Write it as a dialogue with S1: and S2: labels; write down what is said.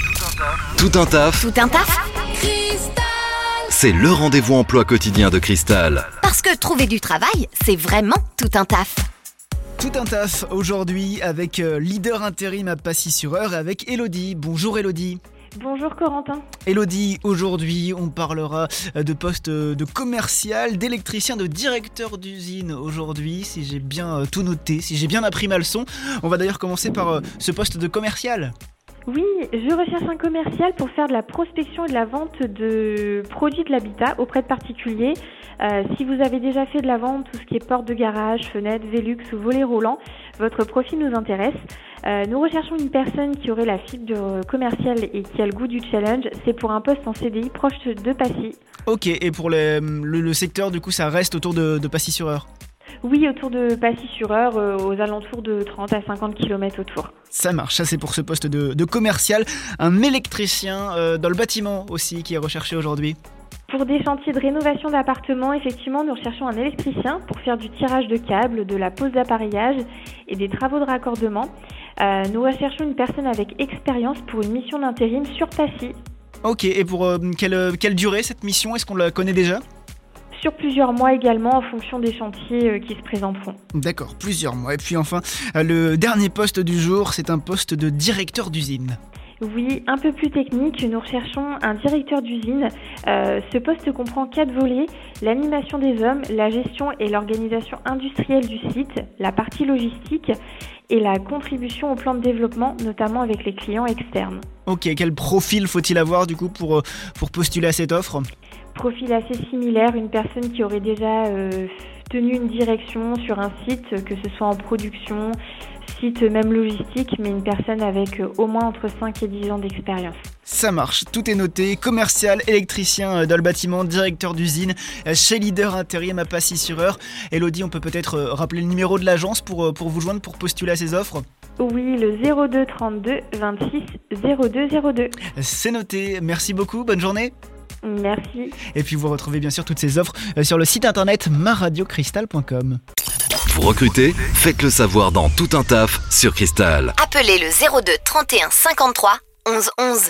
S1: Tout un taf,
S2: Tout un taf
S1: c'est le rendez-vous emploi quotidien de Cristal.
S2: Parce que trouver du travail, c'est vraiment tout un taf.
S3: Tout un taf aujourd'hui avec euh, leader intérim à Passy-sur-Eure et avec Elodie. Bonjour Elodie.
S4: Bonjour Corentin.
S3: Elodie, aujourd'hui on parlera euh, de poste euh, de commercial, d'électricien, de directeur d'usine aujourd'hui, si j'ai bien euh, tout noté, si j'ai bien appris ma leçon. On va d'ailleurs commencer par euh, ce poste de commercial.
S4: Oui, je recherche un commercial pour faire de la prospection et de la vente de produits de l'habitat auprès de particuliers. Euh, si vous avez déjà fait de la vente, tout ce qui est porte de garage, fenêtres, Velux ou volets roulants, votre profil nous intéresse. Euh, nous recherchons une personne qui aurait la fibre commerciale et qui a le goût du challenge. C'est pour un poste en CDI proche de Passy.
S3: Ok, et pour les- mm, le, le secteur, du coup, ça reste autour de, de Passy-sur-Eure.
S4: Oui, autour de Passy-sur-Eure, euh, aux alentours de 30 à 50 km autour.
S3: Ça marche, ça c'est pour ce poste de, de commercial. Un électricien euh, dans le bâtiment aussi qui est recherché aujourd'hui.
S4: Pour des chantiers de rénovation d'appartements, effectivement, nous recherchons un électricien pour faire du tirage de câbles, de la pose d'appareillage et des travaux de raccordement. Euh, nous recherchons une personne avec expérience pour une mission d'intérim sur Passy,
S3: Ok, et pour euh, quelle, euh, quelle durée cette mission Est-ce qu'on la connaît déjà
S4: sur plusieurs mois également en fonction des chantiers euh, qui se présenteront.
S3: D'accord, plusieurs mois. Et puis enfin, euh, le dernier poste du jour, c'est un poste de directeur d'usine.
S4: Oui, un peu plus technique, nous recherchons un directeur d'usine. Euh, ce poste comprend quatre volets, l'animation des hommes, la gestion et l'organisation industrielle du site, la partie logistique et la contribution au plan de développement, notamment avec les clients externes.
S3: Ok, quel profil faut-il avoir du coup pour, euh, pour postuler à cette offre
S4: Profil assez similaire, une personne qui aurait déjà euh, tenu une direction sur un site, que ce soit en production, site même logistique, mais une personne avec euh, au moins entre 5 et 10 ans d'expérience.
S3: Ça marche, tout est noté. Commercial, électricien euh, dans le bâtiment, directeur d'usine, euh, chez Leader Intérim à Passy-sur-Eure. Elodie, on peut peut-être euh, rappeler le numéro de l'agence pour, euh, pour vous joindre pour postuler à ces offres
S4: Oui, le 02 32 26 02 02.
S3: C'est noté, merci beaucoup, bonne journée.
S4: Merci.
S3: Et puis vous retrouvez bien sûr toutes ces offres euh, sur le site internet maradiocristal.com.
S1: Vous recrutez Faites le savoir dans Tout un taf sur Cristal.
S2: Appelez le 02 31 53 11 11.